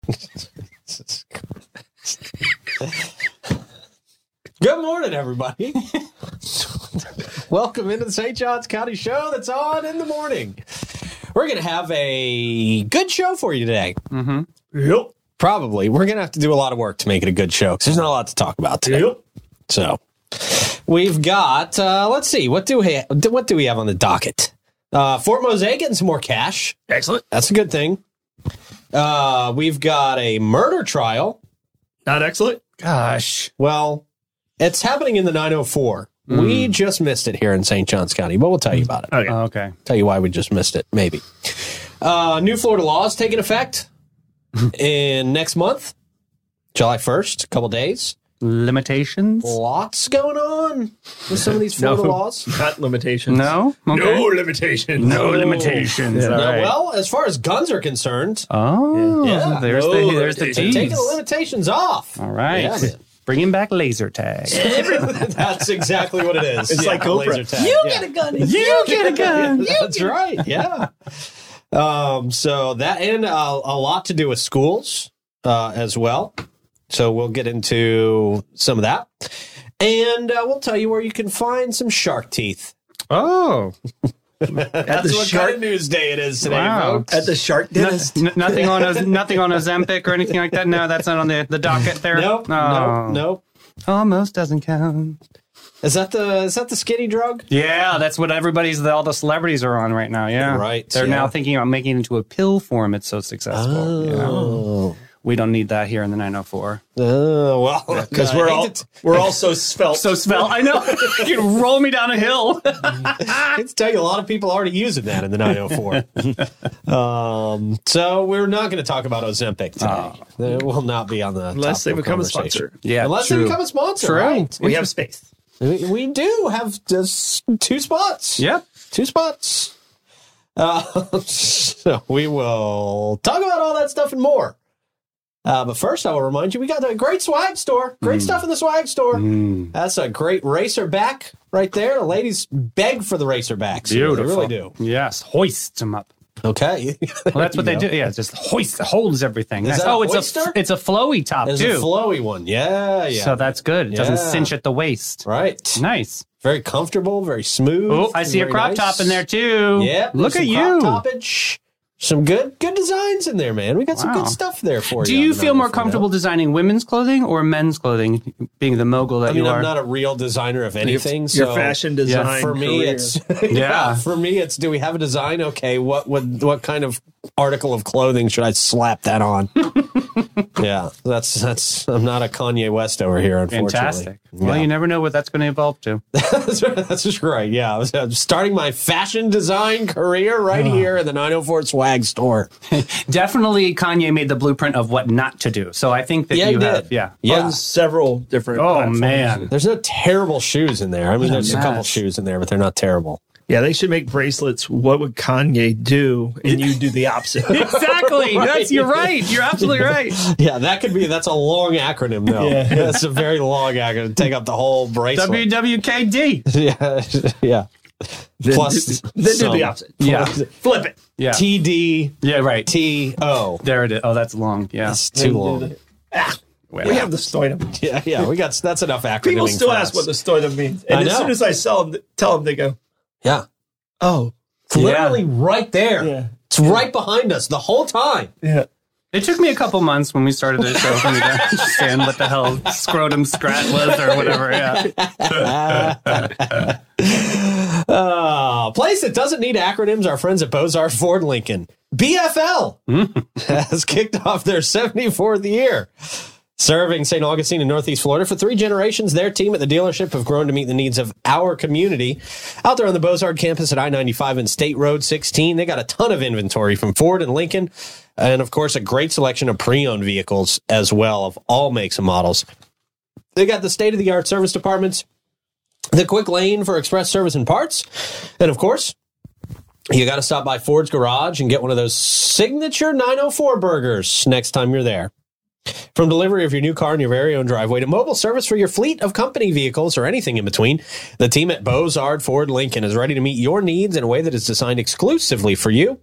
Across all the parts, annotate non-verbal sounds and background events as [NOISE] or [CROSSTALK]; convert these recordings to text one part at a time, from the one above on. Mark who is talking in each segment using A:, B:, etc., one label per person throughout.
A: [LAUGHS] Good morning, everybody. [LAUGHS] Welcome into the St. John's County Show that's on in the morning. We're going to have a good show for you today.
B: Mm-hmm.
A: Yep. Probably. We're going to have to do a lot of work to make it a good show because there's not a lot to talk about today. Yep. So we've got, uh, let's see, what do we, what do we have on the docket? Uh, Fort Mosaic getting some more cash.
C: Excellent.
A: That's a good thing. Uh, we've got a murder trial.
C: Not excellent. Gosh.
A: Well, it's happening in the 904. We
B: Hmm.
A: just missed it here in St. Johns County, but we'll tell you about it.
C: Okay.
B: Oh, Okay.
A: Tell you why we just missed it, maybe. Uh, new Florida laws taking effect
B: Hmm.
A: in next month, July 1st, a couple days.
B: Limitations?
A: Lots going on with some
B: [LAUGHS]
A: of these Florida
C: No.
A: laws.
C: Not limitations.
B: No.
C: No limitations.
B: No limitations.
C: Yeah.
B: All
A: Now,
B: right.
A: well, as far as guns are concerned,
B: Oh,
A: Yeah.
B: there's
C: No
B: the there's the
C: limitations.
B: tease.
A: taking the limitations off.
B: All right.
A: Yeah, man.
B: Bringing back laser tag.
C: [LAUGHS]
A: That's exactly what it is.
C: It's like
A: the
C: Oprah.
A: tag. Yeah.
B: a gun. You get a gun.
A: That's right. Yeah. um, so that and uh, a lot to do with schools uh, as well. So we'll get into some of that, and uh, we'll tell you where you can find some shark teeth.
B: Oh.
A: That's
C: the
A: what
C: shark-
A: kind of news day it is today,
B: Wow.
A: folks.
C: At the shark
B: No-
C: dentist.
B: n- nothing on Oz- nothing on Ozempic or anything like that. No, that's not on the, the docket there.
A: Nope,
B: Oh.
A: nope, nope.
B: Almost doesn't count.
A: Is that the is that the skinny drug?
B: Yeah, that's what everybody's all the celebrities are on right now. Yeah,
A: Right,
B: They're
A: yeah.
B: now thinking about making it into a pill form. It's so successful. Yeah.
A: Oh,
B: We don't need that here in the 904.
A: Oh, well,
C: Because we're all we're all so svelte.
B: So smell. I know. [LAUGHS] you can roll me down a hill.
A: I can tell you a lot of people already using that in the
B: [LAUGHS]
A: 904. um, so we're not going to talk about Ozempic today. It will not be on the
C: Unless they
A: topical
C: become a
A: conversation.
C: sponsor.
B: Ah. Yeah,
A: Unless they
B: true.
A: become a sponsor,
B: True.
A: right?
C: We have space.
A: We, we do have just two spots.
B: Yep.
A: Two spots. Uh, [LAUGHS] so we will talk about all that stuff and more. Uh, but first, I will remind you, we got a great swag store.
B: Mm.
A: Great stuff in the swag store. That's a great racer back right there. The ladies beg for the racer backs. They really do.
B: Yes, hoist them up. [LAUGHS]
A: Okay.
B: Well, that's
A: [LAUGHS]
B: what they do. Yeah, it's just hoist holds everything. Nice.
A: that a
B: Oh, it's
A: hoister?
B: a it's a flowy top
A: There's
B: too.
A: a flowy one. Yeah, yeah.
B: So that's good. It doesn't
A: Yeah.
B: cinch at the waist.
A: right.
B: Nice.
A: Very comfortable, very smooth.
B: Oh, I see a
A: very
B: crop
A: nice.
B: top in there too.
A: Yep.
B: Look at
A: there's some
B: you.
A: Crop toppage. Some good good designs in there, man. We got some
B: Wow.
A: good stuff there for
B: Do
A: you.
B: you
A: on the
B: feel more
A: 904.
B: comfortable designing women's clothing or men's clothing, being the mogul that
A: I mean,
B: you
A: I'm
B: are?
A: not a real designer of anything. so
C: Your fashion design
A: for me,
C: career.
B: [LAUGHS]
A: it's [LAUGHS]
B: Yeah.
A: For me, it's do we have a design? Okay, what would what kind of article of clothing should I slap that on? [LAUGHS] yeah, that's that's. I'm not a Kanye West over here, unfortunately.
B: Fantastic.
A: Yeah.
B: Well, you never know what that's going to evolve to.
A: [LAUGHS] That's right. That's just right. Yeah. I was- I'm starting my fashion design career right here in the 904 swag store.
B: Definitely, Kanye made the blueprint of what not to do. So I think that
A: Yeah,
B: you
A: he did.
B: have. Yeah.
A: Yeah.
C: on several different
B: Oh
C: platforms.
B: man.
A: There's no terrible shoes in there. I mean, there's a couple
B: mess.
A: shoes in there, but they're not terrible.
C: Yeah, they should make bracelets. What would Kanye do? And you do the opposite.
B: [LAUGHS] Exactly. That's you're right. You're [LAUGHS] absolutely right.
A: Yeah, that could be. That's a long acronym, though. [LAUGHS]
C: Yeah.
A: That's a very long acronym. Take up the whole bracelet.
B: WWKD.
A: [LAUGHS] yeah, yeah.
C: Then
B: [LAUGHS]
A: Plus,
C: do, then do
A: some.
C: the opposite.
B: Yeah.
C: Flip it.
B: Yeah.
A: T D
B: yeah. Right.
A: T O.
B: there it is. Oh, that's long. Yeah.
A: That's too long.
B: Wow.
C: We have the stoidum.
A: Yeah, yeah. We got that's enough acronyms.
C: People still ask what the stoidum means, and
A: I
C: as
A: know.
C: soon as I sell them, tell them they go,
A: Yeah,
C: "Oh,
A: it's literally right there.
C: Yeah.
A: It's right behind us the whole time.
C: yeah."
B: It took me a couple months when we started the show for me to understand what the hell scrotum scrat was or whatever. Yeah.
A: Uh, place that doesn't need acronyms, our friends at Bozar Ford Lincoln, BFL, [LAUGHS] has kicked off their 74th year. Serving St. Augustine in Northeast Florida for three generations, their team at the dealership have grown to meet the needs of our community. Out there on the Bozard campus at I 95 and State Road 16, they got a ton of inventory from Ford and Lincoln, and of course, a great selection of pre owned vehicles as well of all makes and models. They got the state of the art service departments, the quick lane for express service and parts. And of course, you got to stop by Ford's Garage and get one of those signature 904 burgers next time you're there. From delivery of your new car in your very own driveway to mobile service for your fleet of company vehicles or anything in between, the team at Bozard Ford Lincoln is ready to meet your needs in a way that is designed exclusively for you.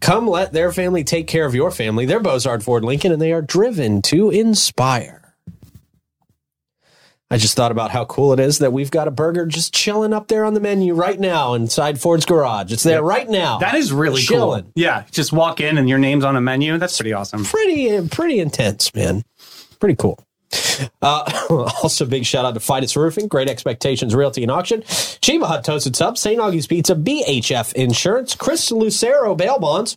A: Come let their family take care of your family. They're Bozard Ford Lincoln, and they are driven to inspire. I just thought about how cool it is that we've got a burger just chilling up there on the menu right now inside Ford's garage. It's there right now.
B: That is really
A: Chilling.
B: cool. Yeah, just walk in and your name's on a menu. That's pretty awesome.
A: pretty pretty intense, man. Pretty cool. Uh, [LAUGHS] also, big shout out to Fidus Roofing, Great Expectations Realty and Auction, Chiba Hut Toasted Sub, St. Augie's Pizza, BHF Insurance, Chris Lucero Bail Bonds,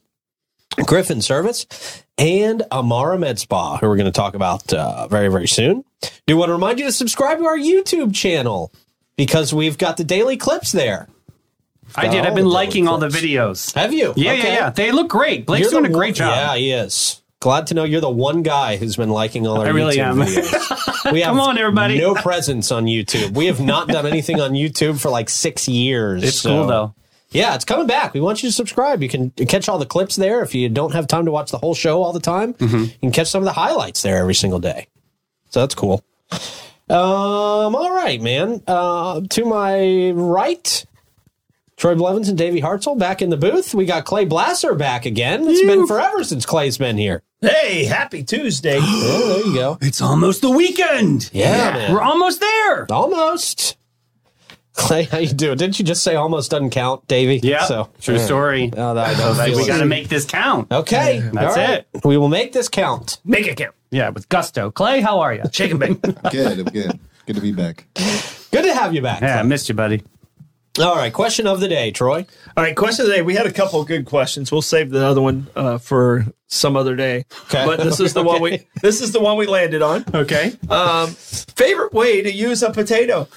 A: Griffin Service, and Amara Med Spa, who we're going to talk about uh, very, very soon. Do want to remind you to subscribe to our YouTube channel because we've got the daily clips there.
B: I did.
A: all
B: I've been
A: the
B: liking all the
A: clips.
B: videos.
A: Have you?
B: Yeah,
A: Okay.
B: yeah, yeah. They look great. Blake's
A: You're
B: doing a
A: the one-
B: great job.
A: Yeah, he is. Glad to know you're the one guy who's been liking all our
B: I really
A: YouTube
B: am. [LAUGHS]
A: videos. We have
B: Come on, everybody.
A: no presence on YouTube. We have not done anything on YouTube for like six years.
B: It's
A: so-
B: cool though.
A: Yeah, it's coming back. We want you to subscribe. You can catch all the clips there. If you don't have time to watch the whole show all the time,
B: Mm-hmm.
A: you can catch some of the highlights there every single day. So that's cool. Um, all right, man. Uh, to my right, Troy Blevins and Davey Hartzell back in the booth. We got Clay Blasser back again. It's been forever since Clay's been here.
C: Hey,
A: [GASPS]
C: happy Tuesday.
A: Oh, there you go.
B: It's almost the weekend.
A: Yeah, man.
B: We're almost there.
A: Almost. Clay, how you doing? Didn't you just say almost doesn't count, Davey?
B: Yeah.
A: So
B: True story.
A: Oh, that- I don't
B: Like,
A: feel
B: we
A: it.
B: got to make this count.
A: Okay,
B: That's
A: all right. We will make this count.
C: Make it count.
B: Yeah, with gusto. Clay, how are you?
C: Shake and bake.
D: Good, I'm good. Good to be back.
A: Good to have you back.
B: Yeah, I missed you, buddy.
A: All right, question of the day, Troy.
C: All right, question today. We had a couple of good questions. We'll save the other one uh, for some other day.
A: [LAUGHS] Okay.
C: But this is the one we this is the one we
A: [LAUGHS]
C: landed on.
B: Okay.
C: Um, favorite way to use a potato.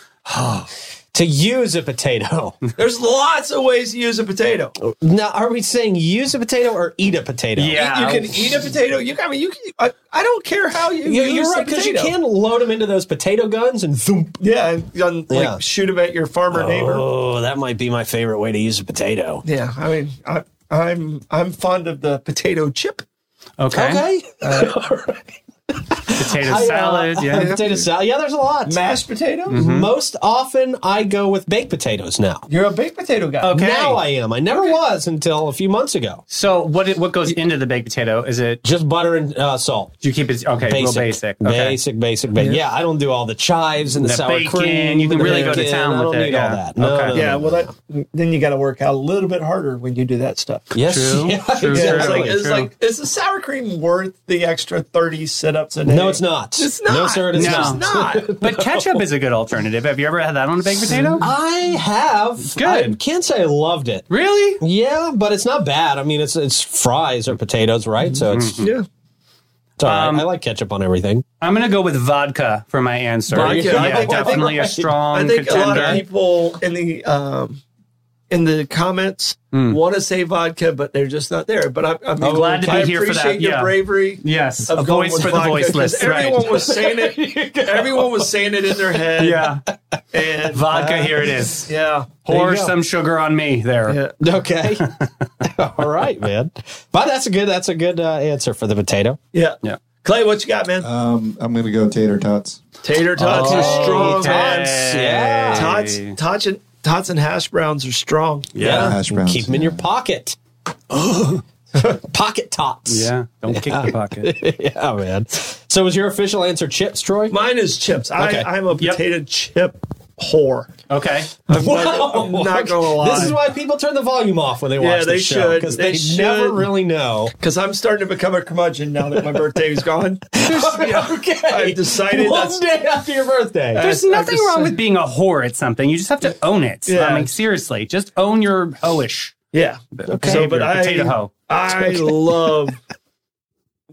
A: To use a potato. [LAUGHS]
C: There's lots of ways to use a potato.
A: now, are we saying use a potato or eat a potato?
B: Yeah.
C: You can eat a potato. You, I mean, you. Can, I, I don't care how you.
A: You're,
C: use
A: you're
C: a
A: right, because you
C: potato.
A: can load them into those potato guns and thump.
C: Yeah, and, and, like
A: Yeah.
C: shoot them at your farmer neighbor.
A: Oh, that might be my favorite way to use a potato.
C: Yeah, I mean, I, I'm I'm fond of the potato chip.
B: Okay.
A: Okay.
B: Potato
A: I, uh, [LAUGHS]
B: salad. Yeah. Hmm?
A: Potato salad. Yeah, there's a lot.
C: Mashed potato.
B: Mm-hmm.
A: Most often I go with baked potatoes now.
C: You're a baked potato guy.
B: Okay.
A: Now I am. I never was until a few months ago.
B: So what it- what goes into the baked potato? Is it
A: Just butter and uh, salt.
B: do you keep it okay, real basic. Okay.
A: Basic, bacon. Yeah, I don't do all the chives and the,
B: The
A: sour
B: bacon,
A: cream.
B: you can
A: and the
B: really go to
A: bacon.
B: town
A: I
B: with
A: don't
B: it,
A: need
B: yeah.
A: all that. No,
B: Okay.
A: no, no,
C: Yeah,
A: no,
C: well,
A: no.
C: that, then you got to work out a little bit harder when you do that stuff.
A: [LAUGHS] yes,
B: True,
A: yeah,
B: true,
C: Yeah,
A: exactly.
C: it's like it's
B: true.
C: like is the sour cream worth the extra thirty sit-ups a day?
A: no, it's not.
C: It's not.
A: No, sir, it is
B: No.
A: not.
C: It's not.
B: [LAUGHS] But ketchup is a good alternative. Have you ever had that on a baked potato?
A: [LAUGHS] I have.
B: Good.
A: I can't say I loved it.
B: Really?
A: Yeah, but it's not bad. I mean, it's it's fries or potatoes, right? So it's,
C: yeah.
A: it's all right.
B: Um,
A: I like ketchup on everything.
B: I'm gonna go with vodka for my answer.
A: Vodka.
B: Yeah,
A: I think- I think-
B: definitely a strong
C: I think a lot
B: contender.
C: of people in the um, in the comments want to say vodka, but they're just not there. But I'm, I'm
B: Hmm. glad to
C: I
B: be here for that,
C: appreciate Your
B: yeah.
C: bravery.
B: yes,
C: of
B: a
C: going
B: voice
C: with
B: for the
C: vodka, 'cause
B: voiceless. Right.
C: Everyone was saying it. everyone was saying it in their head. [LAUGHS]
B: [LAUGHS] yeah.
C: and
B: Vodka. here it is.
C: Yeah,
B: Pour
A: go.
B: some sugar on me there.
C: Yeah. [LAUGHS]
A: Okay. [LAUGHS] all right, man. But that's a good that's a good uh, answer for the potato.
C: yeah,
B: Yeah.
C: Clay, what you got, man?
D: Um, I'm gonna go tater tots.
C: Tater tots
B: Oh,
C: are strong.
A: tots. Yeah.
C: Tots, tots, and, tots and hash browns are strong.
B: Yeah.
D: Hash browns.
A: Keep them in your pocket. pocket tots.
B: Yeah. Don't kick the bucket.
A: [LAUGHS] Yeah, man. So was your official answer chips, Troy? [LAUGHS]
C: Mine is chips.
A: Okay.
C: I, I'm a
B: Yep.
C: potato chip whore.
B: Okay.
A: Wow.
C: I'm not gonna lie.
A: This is why people turn the volume off when they
C: Yeah,
A: watch
C: they
A: this show
C: should.
A: because they,
C: They should.
A: never really know.
C: Because I'm starting to become a curmudgeon now that my birthday's
B: [LAUGHS]
C: gone. [LAUGHS]
A: okay,
C: I've decided
A: one
C: that's-
A: day after your birthday.
B: There's
C: I- I
B: nothing
C: just-
B: wrong with being a whore at something. You just have to own it.
C: Yeah.
B: I mean, seriously, just own your hoish.
C: Yeah.
B: Okay.
C: So, but I,
B: potato hoe.
C: I love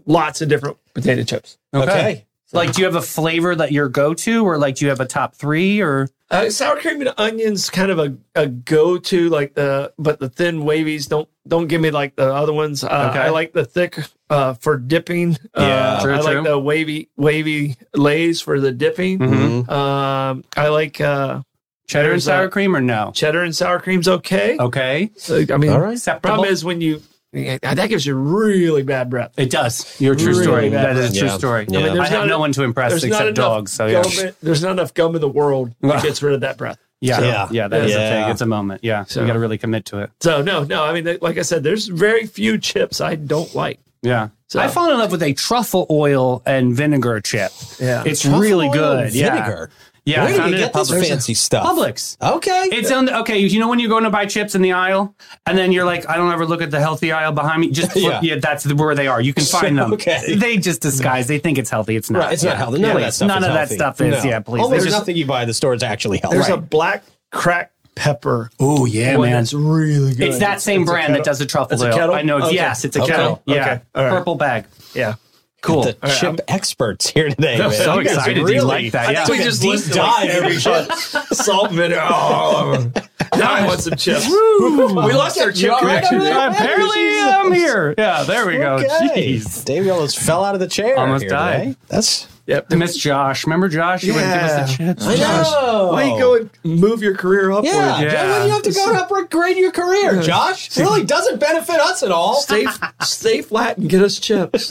C: lots of different potato chips.
A: okay.
B: Like, do you have a flavor that you're go to, or like, do you have a top three, or
C: Uh, sour cream and onions kind of a, a go to like the but the thin wavies don't don't give me like the other ones. Uh,
B: Okay.
C: I like the thick uh, for dipping.
A: Yeah,
C: uh,
B: true,
C: I
B: true.
C: like the wavy wavy lays for the dipping.
B: Hmm.
D: Mm-hmm.
A: Mhm.
C: Um, I like uh,
B: cheddar and
C: There's
B: sour
C: a-
B: cream, or no?
C: cheddar and sour cream's okay.
B: Okay,
C: Uh, I mean,
A: All right.
B: separable.
C: problem is when you yeah, that gives you really bad breath.
B: it does. Your true
C: Really
B: story.
C: bad.
B: That is a true
A: Yeah.
B: story.
A: Yeah.
B: I,
A: I mean,
C: there's
B: have
C: not-
B: no one to impress
C: There's not
B: except
C: enough
B: dogs. So yeah, [LAUGHS]
C: gum in- there's not enough gum in the world that gets rid of that breath.
B: Yeah,
A: Yeah.
B: yeah, that is
A: Yeah.
B: a thing. It's a moment. Yeah, so
C: So-
B: you got to really commit to it.
C: So no, no. I mean, they- like I said, there's very few chips I don't like.
B: Yeah,
C: So-
B: I fall in love with a truffle oil and vinegar chip.
C: Yeah.
B: it's
A: Truffle
B: really
A: oil
B: good.
A: and
B: Yeah,
A: Vinegar.
B: yeah. I
A: Where do
B: found
A: you
B: it
A: get
B: at
A: this
B: Publix.
A: fancy stuff?
B: Publix.
A: Okay.
B: It's on the okay. You know when you're going to buy chips in the aisle, and then you're like, I don't ever look at the healthy aisle behind me. Just flip,
A: Yeah.
B: yeah. that's the, where they are. You can find them.
A: Okay.
B: They just disguise. They think it's healthy. It's not.
A: Right, it's not
B: Yeah.
A: healthy. None of that
B: Please,
A: stuff
B: None
A: is
B: of
A: healthy.
B: that stuff is.
A: No. Oh,
B: Yeah, please.
A: Almost
B: There's
A: nothing you buy at the store is actually healthy.
C: There's a
B: Right.
C: black cracked pepper.
B: Oh yeah,
C: one
B: man.
C: that's really good.
B: It's that same
C: It's a
B: brand that
C: kettle.
B: does the truffle
C: It's a
B: oil.
C: kettle?
B: I know. it's
C: Okay.
B: Yes, it's a
A: Okay.
B: kettle.
C: Okay.
B: Yeah,
C: All right.
B: purple bag.
C: Yeah.
B: Cool.
A: the chip experts here today. man.
B: so
A: You guys
B: excited you
A: Really
B: like that,
A: I
B: yeah.
A: took
B: We
A: a
B: just
A: deep
C: listed,
A: dive.
C: like, every chip.
A: [LAUGHS]
C: Salt and vinegar. Oh, now I want some chips. We lost our chip
A: all right
C: connection.
A: over there?
C: there.
B: Apparently, I'm here. Yeah, there we go.
A: Okay.
B: Jeez.
A: Dave almost fell out of the chair.
B: Almost
A: here
B: died.
A: today. That's
C: Yep.
B: I miss Josh. Remember Josh? You wouldn't give us the
C: Yeah.
B: chips.
A: I know.
C: Why you go and move your career upward?
A: Yeah.
B: Yeah.
A: Why would you have to go to upgrade your career, Josh? It really doesn't benefit us at all.
C: Stay, stay flat and get us
B: [LAUGHS]
C: chips.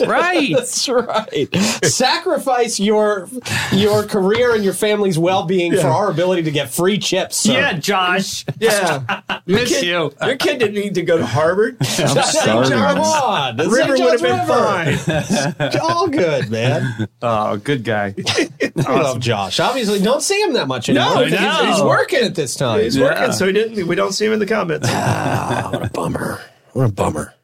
A: [LAUGHS]
B: Right.
A: That's right. Sacrifice your your career and your family's well being for
C: Yeah.
A: our ability to get free chips. sir.
B: Yeah, Josh.
C: Yeah.
B: Miss
C: kid-
B: you.
C: Your kid didn't need to go to
B: [LAUGHS]
C: Harvard. [LAUGHS]
D: starving.
A: Come on. The St.
C: River would
A: John's
C: have been
A: River.
C: fine.
A: All good,
C: [LAUGHS]
A: man.
B: Oh, good guy.
A: I love Josh. Obviously, don't see him that much anymore.
C: No,
A: because
B: no.
A: He's, he's working at this time.
C: He's working, so he didn't. We don't see him in the comments. All
A: what a bummer. What a bummer.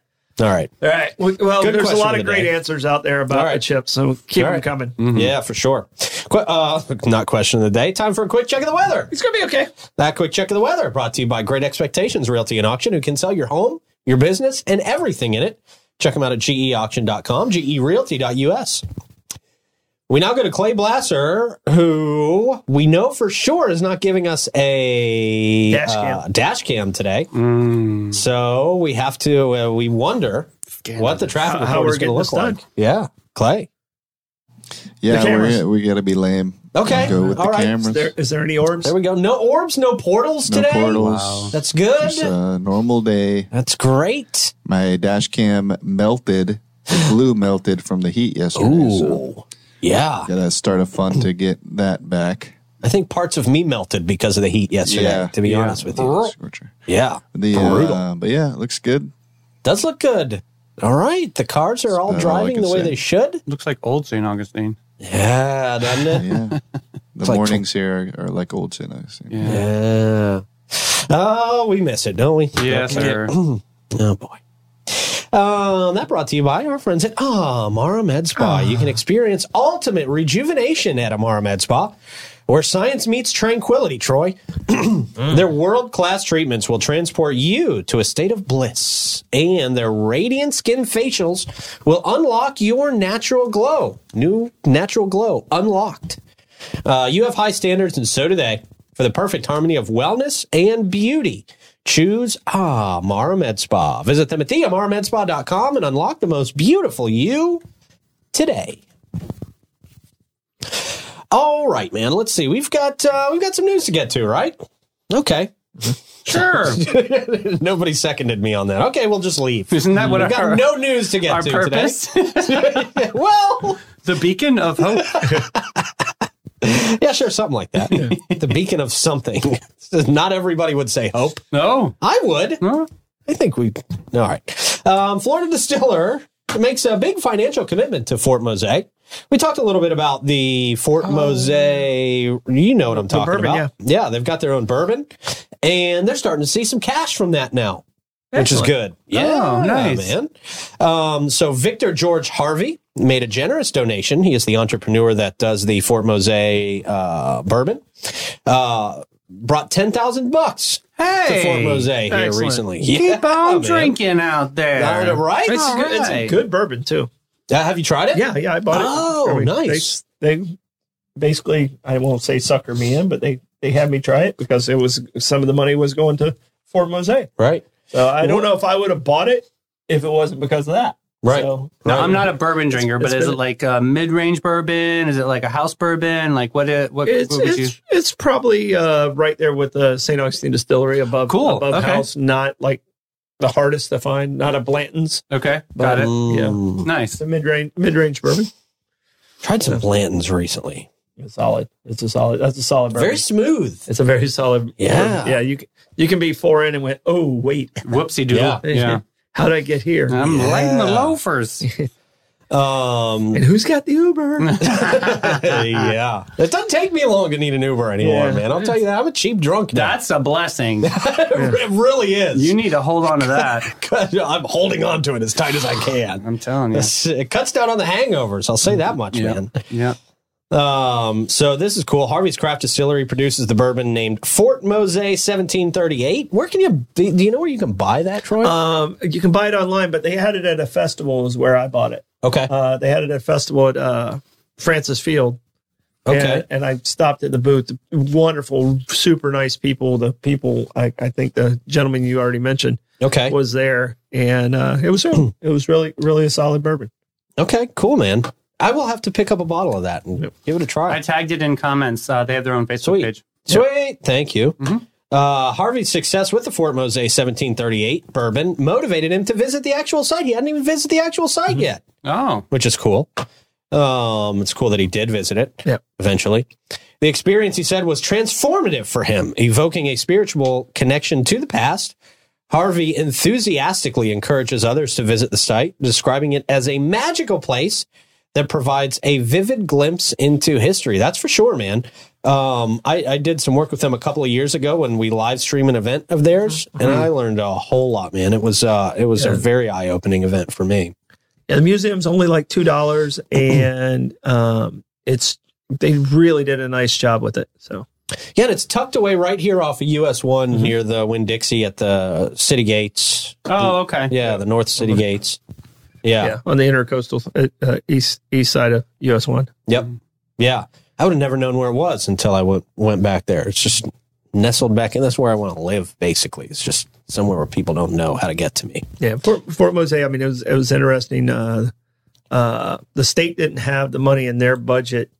A: All right.
C: right. Well, well,
A: Good
C: there's a
A: question
C: lot
A: of
C: of
A: the
C: great
A: day.
C: answers out there
A: All
C: about
A: right.
C: the chips, so keep
A: All
C: them
A: right. Mm.
C: coming.
A: Yeah, for sure. Qu- uh, not question of the day. Time for a quick check of the weather.
C: It's gonna be okay.
A: That quick check of the weather brought to you by Great Expectations Realty and Auction, who can sell your home, your business, and everything in it. Check them out at geauction.com, gerealty.us. We now go to Clay Blasser, who we know for sure is not giving us a
C: Dash cam.
A: uh, dash cam today.
B: Mm.
A: So we have to, uh, we wonder what the traffic
C: How- how
A: report
C: we're
A: is going to
C: getting
A: look
C: this done.
A: like. Yeah, Clay.
D: Yeah,
C: The cameras.
D: we're, we got to be lame.
A: Okay,
D: Go with
A: all
D: the
A: right.
C: Is
D: cameras.
C: there, is there any orbs?
A: There we go. No orbs, no portals
D: no
A: today.
D: portals.
B: Wow.
A: That's good.
D: It's a normal day.
A: That's great.
D: My dash cam melted. The glue melted from the heat yesterday. So
A: Yeah.
D: gotta start a fund to get that back.
A: I think parts of me melted because of the heat yesterday,
D: Yeah.
A: to be honest with you. Yeah.
D: The uh, but yeah, it looks good.
A: Does look good. All right. The cars are all
D: about all Uh, I
A: driving
D: can
A: the way
D: say.
A: they should.
B: Looks like old St. Augustine.
A: Yeah, doesn't
D: [LAUGHS]
A: it?
D: Yeah. The
A: like
D: mornings here are, are like old sinners.
B: Yeah.
A: Yeah. Oh, we miss it, don't we?
B: Yeah, sir.
A: Oh boy. Um, that brought to you by our friends at Amara Med Spa. You can experience ultimate rejuvenation at Amara Med Spa, where science meets tranquility, Troy. [CLEARS THROAT] Their world class treatments will transport you to a state of bliss, and their radiant skin facials will unlock your natural glow. New natural glow unlocked. Uh, you have high standards, and so do they. For the perfect harmony of wellness and beauty, choose Amara Med Spa. Visit them at the amaramedspa.com and unlock the most beautiful you today. All right, man. Let's see. We've got uh, we've got some news to get to, right? Okay.
B: [LAUGHS]
A: [LAUGHS]
B: Sure.
A: Nobody seconded me on that. Okay, we'll just leave.
B: Isn't that what
A: We've got
B: our,
A: no news to get
B: our
A: to
B: purpose? [LAUGHS]
A: today. [LAUGHS] well,
B: the beacon of
A: [LAUGHS]
B: hope.
A: yeah, sure, something like that. the beacon of something. [LAUGHS] Not everybody would say hope.
B: No.
A: I would.
B: No.
A: I think we. All right. Um, Florida Distiller makes a big financial commitment to Fort Mosaic. We talked a little bit about the Fort Mosaic. You know what I'm talking
C: bourbon,
A: about. Yeah. they've got their own bourbon, and they're starting to see some cash from that now, which is good. Yeah,
B: nice.
A: man. Um, so Victor George Harvey made a generous donation. He is the entrepreneur that does the Fort Mosaic uh, bourbon. Uh, brought ten thousand bucks to
B: Hey.
A: Fort Mosaic here
C: Excellent.
A: recently. [LAUGHS]
B: Keep
A: Yeah, oh,
B: on
A: man.
B: drinking out there.
A: All right, right?
C: It's,
A: Uh,
C: a good, it's a
B: Alright.
C: good bourbon too.
A: have you tried it?
C: Yeah, yeah, I bought it.
A: Oh,
C: I they-
A: nice.
C: They, basically, I won't say sucker me in, but they they had me try it because it was some of the money was going to Fort Mosaic.
A: Right.
C: So I don't know if I would have bought it if it wasn't because of that.
A: Right.
C: So,
B: No, I'm not a bourbon drinker, but
C: it's
B: is
C: good.
B: it like a mid-range bourbon? Is it like a house bourbon? Like what? It, what,
C: it's
B: what would you?
C: it's, it's probably uh, right there with the St. Augustine Distillery above
B: Cool,
C: above
B: okay.
C: house, not like the hardest to find, not a Blanton's,
B: Okay, got it.
A: Mm.
C: yeah.
B: Nice.
C: it's a mid range mid range bourbon.
A: Tried some Blantons recently.
C: It's solid. It's a solid. That's a solid bourbon.
A: Very smooth.
C: it's a very solid.
A: Yeah.
C: yeah. You can, you can be four in and went. Oh wait,
B: Whoopsie doodle.
A: Yeah.
B: yeah.
C: how did I get here?
B: I'm
A: Yeah.
B: lighting the loafers. [LAUGHS]
A: Um,
C: and who's got the Uber?
A: yeah. It doesn't take me long to need an Uber anymore,
C: Yeah.
A: man. I'll tell you that. I'm a cheap drunk now.
B: That's a blessing.
A: [LAUGHS] it really is. [LAUGHS]
B: You need to hold on to that.
A: I'm holding on to it as tight as I can.
B: [LAUGHS] I'm
A: [LAUGHS]
B: telling you.
A: It's- It cuts down on the hangovers. I'll say that much,
B: Yeah.
A: man.
B: Yeah.
A: Um, so this is cool. Harvey's Craft Distillery produces the bourbon named Fort Mose 1738. Where can you do do you know where you can buy that, Troy?
C: um, you can buy it online, but they had it at a festival. Is where I bought it.
A: okay.
C: Uh, they had it at a festival at uh, Francis Field.
A: Okay.
C: And, and I stopped at the booth. Wonderful, super nice people. The people, I, I think the gentleman you already mentioned
A: okay.
C: was there, and uh, it was really, it was really, really a solid bourbon.
A: Okay, cool, man. I will have to pick up a bottle of that and
C: Yep.
A: give it a try.
B: I tagged it in comments. Uh, they have their own Facebook
A: Sweet.
B: page.
A: Sweet. Thank you.
C: Mm-hmm.
B: Mhm.
A: Uh, Harvey's success with the Fort Mose 1738 bourbon motivated him to visit the actual site. He hadn't even visited the actual site
C: Mm-hmm.
A: yet,
B: Oh,
A: which is cool. Um, it's cool that he did visit it
C: Yep.
A: eventually. The experience, he said, was transformative for him, evoking a spiritual connection to the past. Harvey enthusiastically encourages others to visit the site, describing it as a magical place that provides a vivid glimpse into history. That's for sure, man. Um, I, I did some work with them a couple of years ago when we live stream an event of theirs, and I learned a whole lot, man. It was uh, it was a
C: Mm-hmm. Yeah.
A: very eye opening event for me.
C: Yeah, the museum's only like two dollars, and um, it's they really did a nice job with it. So
A: Yeah, and it's tucked away right here off of US one near the Winn Dixie at the city gates.
B: oh, okay.
A: Yeah, the North City gates. Mm-hmm. Yeah.
C: yeah, on the intercoastal uh, uh, east east side of US one.
A: Yep. Yeah. I would have never known where it was until I w- went back there. It's just nestled back in. That's where I want to live, basically. It's just somewhere where people don't know how to get to me.
C: Yeah, Fort, Fort Mose. I mean, it was it was interesting. Uh, uh, the state didn't have the money in their budget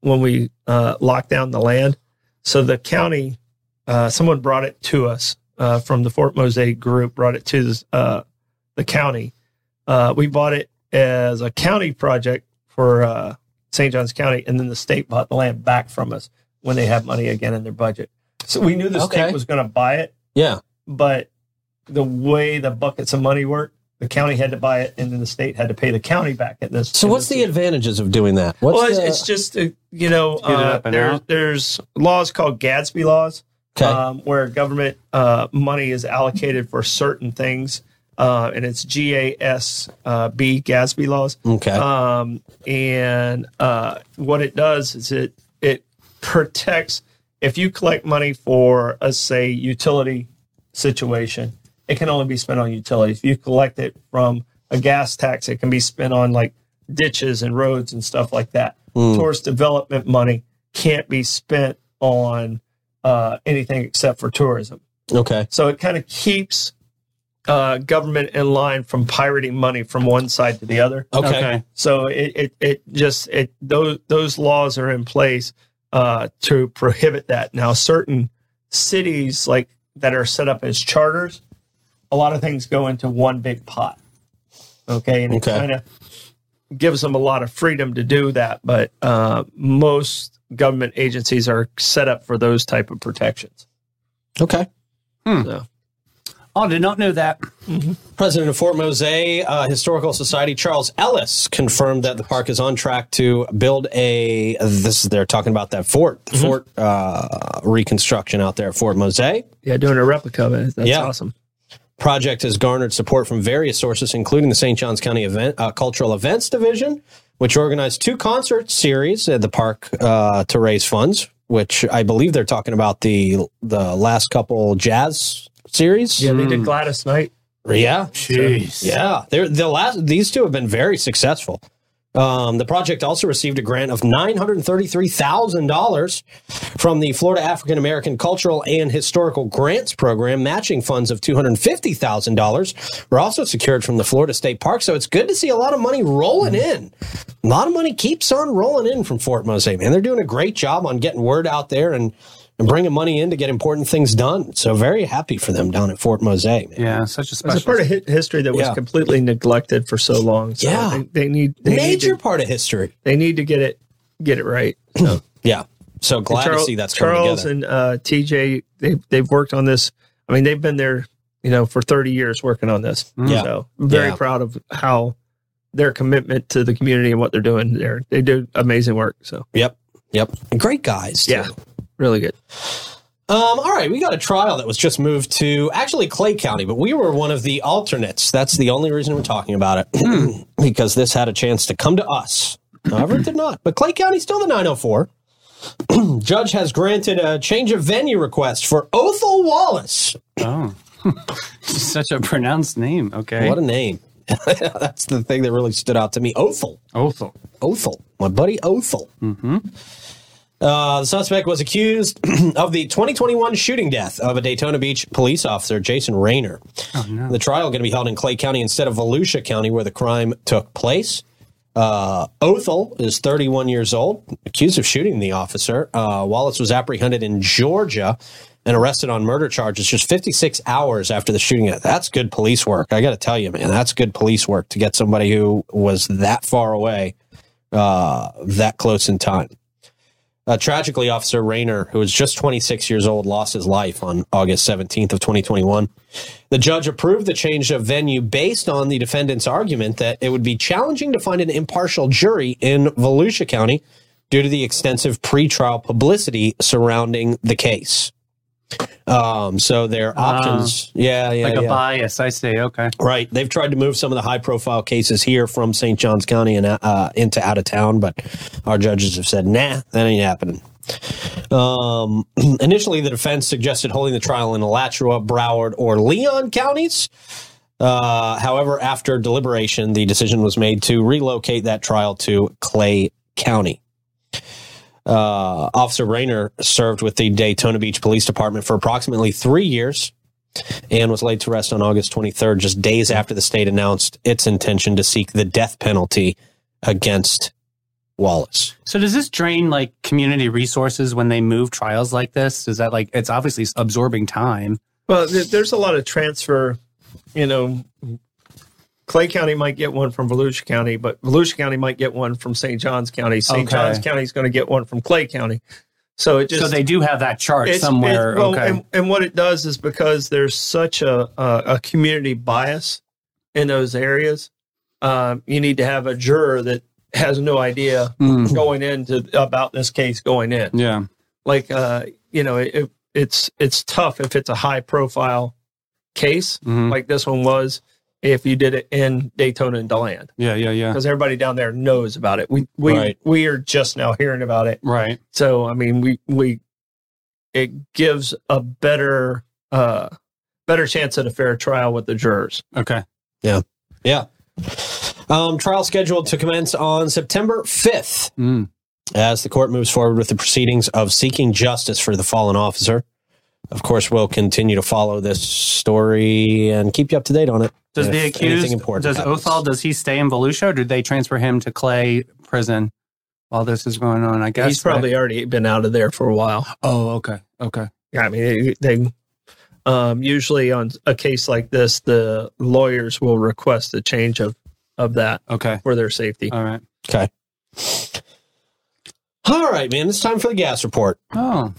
C: when we uh, locked down the land, so the county. Uh, someone brought it to us uh, from the Fort Mose group. Brought it to uh, the county. Uh, we bought it as a county project for uh, St. Johns County, and then the state bought the land back from us when they have money again in their budget. So we knew the
A: Okay.
C: state was going to buy it
A: Yeah.
C: but the way the buckets of money work, the county had to buy it, and then the state had to pay the county back at this.
A: So,
C: in
A: what's
C: this-
A: the advantages of doing that? What's
C: well, it's,
A: the-
C: it's just uh, you know
B: get it
C: uh,
B: up and
C: there-
B: out.
C: there's laws called Gadsby laws,
A: Okay.
C: um, where government uh, money is allocated for certain things, uh, and it's G A S uh, B Gadsby laws.
A: okay.
C: Um, and uh, what it does is it it protects. If you collect money for a say utility situation, it can only be spent on utilities. If you collect it from a gas tax, it can be spent on like ditches and roads and stuff like that. Tourist development money can't be spent on uh, anything except for tourism.
A: okay.
C: So it kind of keeps uh, government in line from pirating money from one side to the other.
A: Okay.
B: Okay.
C: So it, it, it just it those those laws are in place uh, to prohibit that. Now certain cities like that are set up as charters, a lot of things go into one big pot. Okay, and
A: Okay.
C: it kind of gives them a lot of freedom to do that, but uh, most government agencies are set up for those type of protections.
A: Okay.
C: So
B: Oh, did not know that.
A: President of Fort Mose uh, Historical Society Charles Ellis confirmed that the park is on track to build a. This is they're talking about that fort, the fort uh, reconstruction out there at Fort Mose.
C: yeah, doing a replica of it. That's
A: Yeah.
C: awesome.
A: project has garnered support from various sources, including the St. Johns County event, uh, Cultural Events Division, which organized two concert series at the park uh, to raise funds. Which I believe they're talking about the the last couple jazz series.
C: Yeah, they did Gladys Knight.
A: yeah,
B: Jeez.
A: yeah. They're, the last these two have been very successful. Um, the project also received a grant of nine hundred thirty three thousand dollars from the Florida African American Cultural and Historical Grants Program. Matching funds of two hundred fifty thousand dollars were also secured from the Florida State Park. So it's good to see a lot of money rolling
C: Mm-hmm.
A: in. A lot of money keeps on rolling in from Fort Mose. Man, they're doing a great job on getting word out there and and bringing money in to get important things done. So very happy for them down at Fort Mose. Man.
B: Yeah, such a
C: It's
B: special.
C: a part of hi- history that was
A: Yeah.
C: completely neglected for so long. So
A: Yeah.
C: they, they need they need,
A: Major
C: to,
A: part of history.
C: they need to get it get it right.
A: Yeah. So glad
C: Charles,
A: to see that's coming
C: Charles
A: together.
C: and uh, TJ. They they've worked on this. I mean, they've been there, you know, for thirty years working on this.
B: Mm.
A: Yeah.
C: So I'm very
A: Yeah.
C: proud of how their commitment to the community and what they're doing there. They do amazing work. So
A: yep. Yep. And great guys. too.
C: Yeah. really good.
A: Um, all right, we got a trial that was just moved to actually Clay County, but we were one of the alternates. That's the only reason we're talking about it [CLEARS THROAT] because this had a chance to come to us. However, it did not. But Clay County's still the 904. [CLEARS THROAT] Judge has granted a change of venue request for Othel Wallace.
B: Oh. [LAUGHS] Such a pronounced name. Okay.
A: What a name. [LAUGHS] That's the thing that really stood out to me. Othel.
C: Oh.
B: Othel.
A: Othel, my buddy Othel. Uh, the suspect was accused [CLEARS THROAT] of the 2021 shooting death of a Daytona Beach police officer, Jason Rayner. The trial going to be held in Clay County instead of Volusia County, where the crime took place. Uh, Othel is 31 years old, accused of shooting the officer. Uh, Wallace was apprehended in Georgia and arrested on murder charges just 56 hours after the shooting. That's good police work. I got to tell you, man, that's good police work to get somebody who was that far away uh, that close in time. Uh, tragically, Officer Rayner, who was just 26 years old, lost his life on August 17th of 2021. The judge approved the change of venue based on the defendant's argument that it would be challenging to find an impartial jury in Volusia County due to the extensive pretrial publicity surrounding the case. Um, so their options, yeah, yeah,
B: Ah. Like
A: yeah.
B: a bias, I say. Okay.
A: Right. They've tried to move some of the high profile cases here from St. John's County and uh, into out of town, but our judges have said, nah, that ain't happening. Um, [CLEARS THROAT] initially, the defense suggested holding the trial in Alachua, Broward, or Leon counties. Uh, however, after deliberation, the decision was made to relocate that trial to Clay County. Uh, Officer Rayner served with the Daytona Beach Police Department for approximately three years and was laid to rest on August 23rd, just days after the state announced its intention to seek the death penalty against Wallace.
B: So does this drain like community resources when they move trials like this? Is that like it's obviously absorbing time?
C: Well, there- there's a lot of transfer. You know, Clay County might get one from Volusia County, but Volusia County might get one from St. John's County. St.
B: Okay.
C: John's County is going to get one from Clay County. So it just
B: so they do have that chart
C: it's-
B: somewhere.
C: it's- well,
B: okay.
C: and, and what it does is because there's such a a, a community bias in those areas, um, you need to have a juror that has no idea
B: Mm.
C: going into about this case going in
B: Yeah.
C: like uh you know it, it's it's tough if it's a high profile case
B: Mhm.
C: like this one was if you did it in Daytona and Deland
B: Yeah. Yeah. Yeah.
C: because everybody down there knows about it we we
A: Right.
C: we are just now hearing about it
B: Right.
C: so I mean we we it gives a better uh better chance at a fair trial with the jurors
B: Okay.
A: Yeah. Um, trial scheduled to commence on September 5th
B: Mm.
A: as the court moves forward with the proceedings of seeking justice for the fallen officer. Of course, we'll continue to follow this story and keep you up to date on it.
B: Does
A: if
B: the
A: anything
B: accused
A: important
B: does
A: happens.
B: Othal does he stay in Volusia or did they transfer him to Clay prison while this is going on? I guess
C: he's probably already been out of there for a while
B: right? Oh, okay. Okay.
C: Yeah, I mean, they, they um, usually on a case like this, the lawyers will request a change of, of that
B: Okay.
C: for their safety.
B: All right.
A: Okay. All right, man. It's time for the gas report.
B: Oh.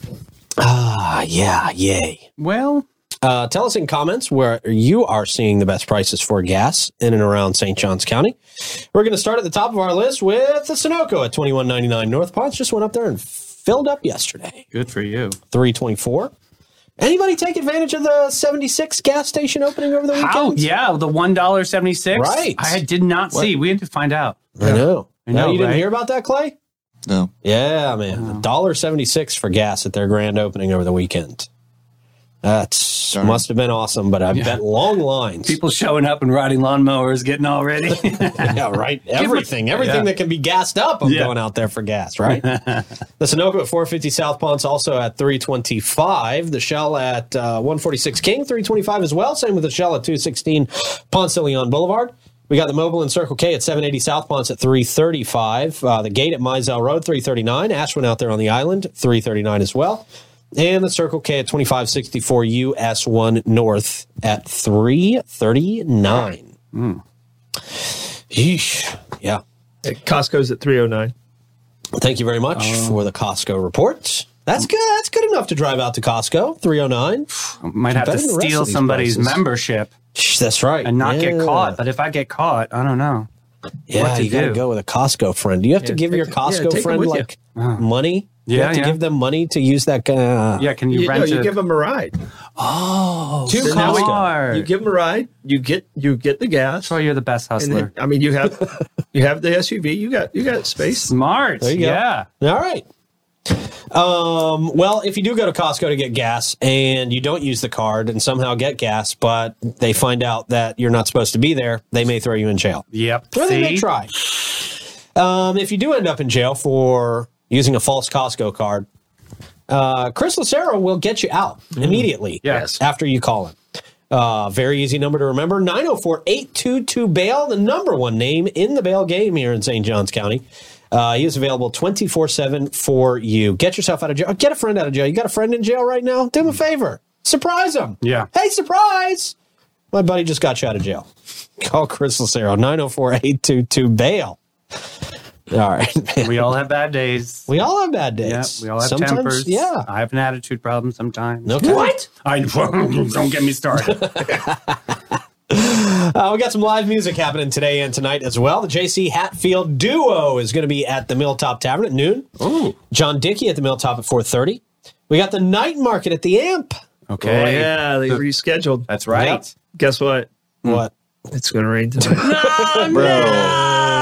A: Ah, yeah. Yay.
B: Well,
A: Uh, tell us in comments where you are seeing the best prices for gas in and around St. Johns County. We're going to start at the top of our list with the Sunoco at twenty one ninety nine North Ponce. Just went up there and filled up yesterday.
B: good for you.
A: Three twenty four. Anybody take advantage of the seventy six gas station opening over the weekend?
B: How? Yeah, the one dollar seventy six.
A: Right.
B: I did not see. We had to find out.
A: I know.
B: I know,
A: No, you didn't
B: right?
A: hear about that, Clay?
D: No.
A: Yeah, man. Dollar seventy six for gas at their grand opening over the weekend. That's
D: Darn.
A: must have been awesome, but I bet long
B: [LAUGHS]
A: lines.
B: People showing up and riding lawnmowers, getting all ready. [LAUGHS]
A: [LAUGHS] yeah, right. Everything, everything
B: Yeah.
A: that can be gassed up, I'm
B: Yeah.
A: going out there for gas,
B: [LAUGHS]
A: right? the Sunoco at 450 South Ponce, also at 325. The Shell at uh, 146 King, 325 as well. Same with the Shell at 216 Ponce de Leon Boulevard. We got the Mobile and Circle K at 780 South Ponce at 335. Uh, the Gate at Mizell Road, 339. Ashwin out there on the island, 339 as well. And the Circle K at 2564 US 1 North at 339. Yeesh. Yeah.
C: oh Costco's at 309.
A: Thank you very much
B: Um,
A: for the Costco report. That's good. That's good enough to drive out to Costco. 309.
B: Might have to
A: Better than the rest
B: steal
A: of these
B: somebody's
A: places.
B: membership
A: Shh, That's right.
B: and not get
A: Yeah.
B: caught. But if I get caught, I don't know.
A: Yeah,
B: what to
A: you got to
B: do.
A: go with a Costco friend. Do you have to
C: Yeah,
A: give
C: take
A: your
C: it- yeah,
A: Costco
C: take it
A: friend
C: with you.
A: like money? you
B: Uh-huh. Yeah,
A: have to
B: yeah.
A: give them money to use that. Uh,
B: Yeah, can you,
C: You, no,
B: rent
C: you
B: a,
C: give them a ride.
B: Oh,
A: Two
B: smart.
A: Costco.
C: You give them a ride. You get you get the gas.
B: Troy, Oh, you're the best
C: and
B: hustler.
C: then, I mean, you
B: [LAUGHS]
C: have you have the SUV. You got you got space.
B: Smart.
A: There you go.
B: yeah.
A: All right. Um, well, if you do go to Costco to get gas and you don't use the card and somehow get gas, but they find out that you're not supposed to be there, they may throw you in jail.
B: Yep.
A: Or they may
B: See?
A: try. Um, if you do end up in jail for using a false Costco card, uh, Chris Lucero will get you out immediately
B: Mm. Yes.
A: after you call him. Uh, very easy number to remember 904 822 bail, the number one name in the bail game here in St. Johns County. Uh, he is available 24 7 for you. Get yourself out of jail. Oh, Get a friend out of jail. You got a friend in jail right now? Do him a favor. Surprise him.
B: Yeah.
A: Hey, surprise. My buddy just got you out of jail. [LAUGHS] Call Chris Lucero 904 822 bail. [LAUGHS] All right. man.
B: We all have bad days.
A: We all have bad days.
B: [LAUGHS] Yeah, we all have
A: Sometimes-
B: tempers.
A: Yeah.
B: I have an attitude problem sometimes.
A: Okay. What?
B: I [LAUGHS] don't get
A: [LAUGHS]
B: me started.
A: Uh, we got some live music happening today and tonight as well. The JC Hatfield duo is going to be at the Milltop Tavern at noon. John Dickey at the Milltop at 4.30. We got the night market at the Amp.
B: Okay.
C: Oh, yeah, they rescheduled.
B: That's right.
C: Guess what?
B: Hmm.
A: What?
C: It's going to rain
B: [LAUGHS]
C: tonight.
D: Bro.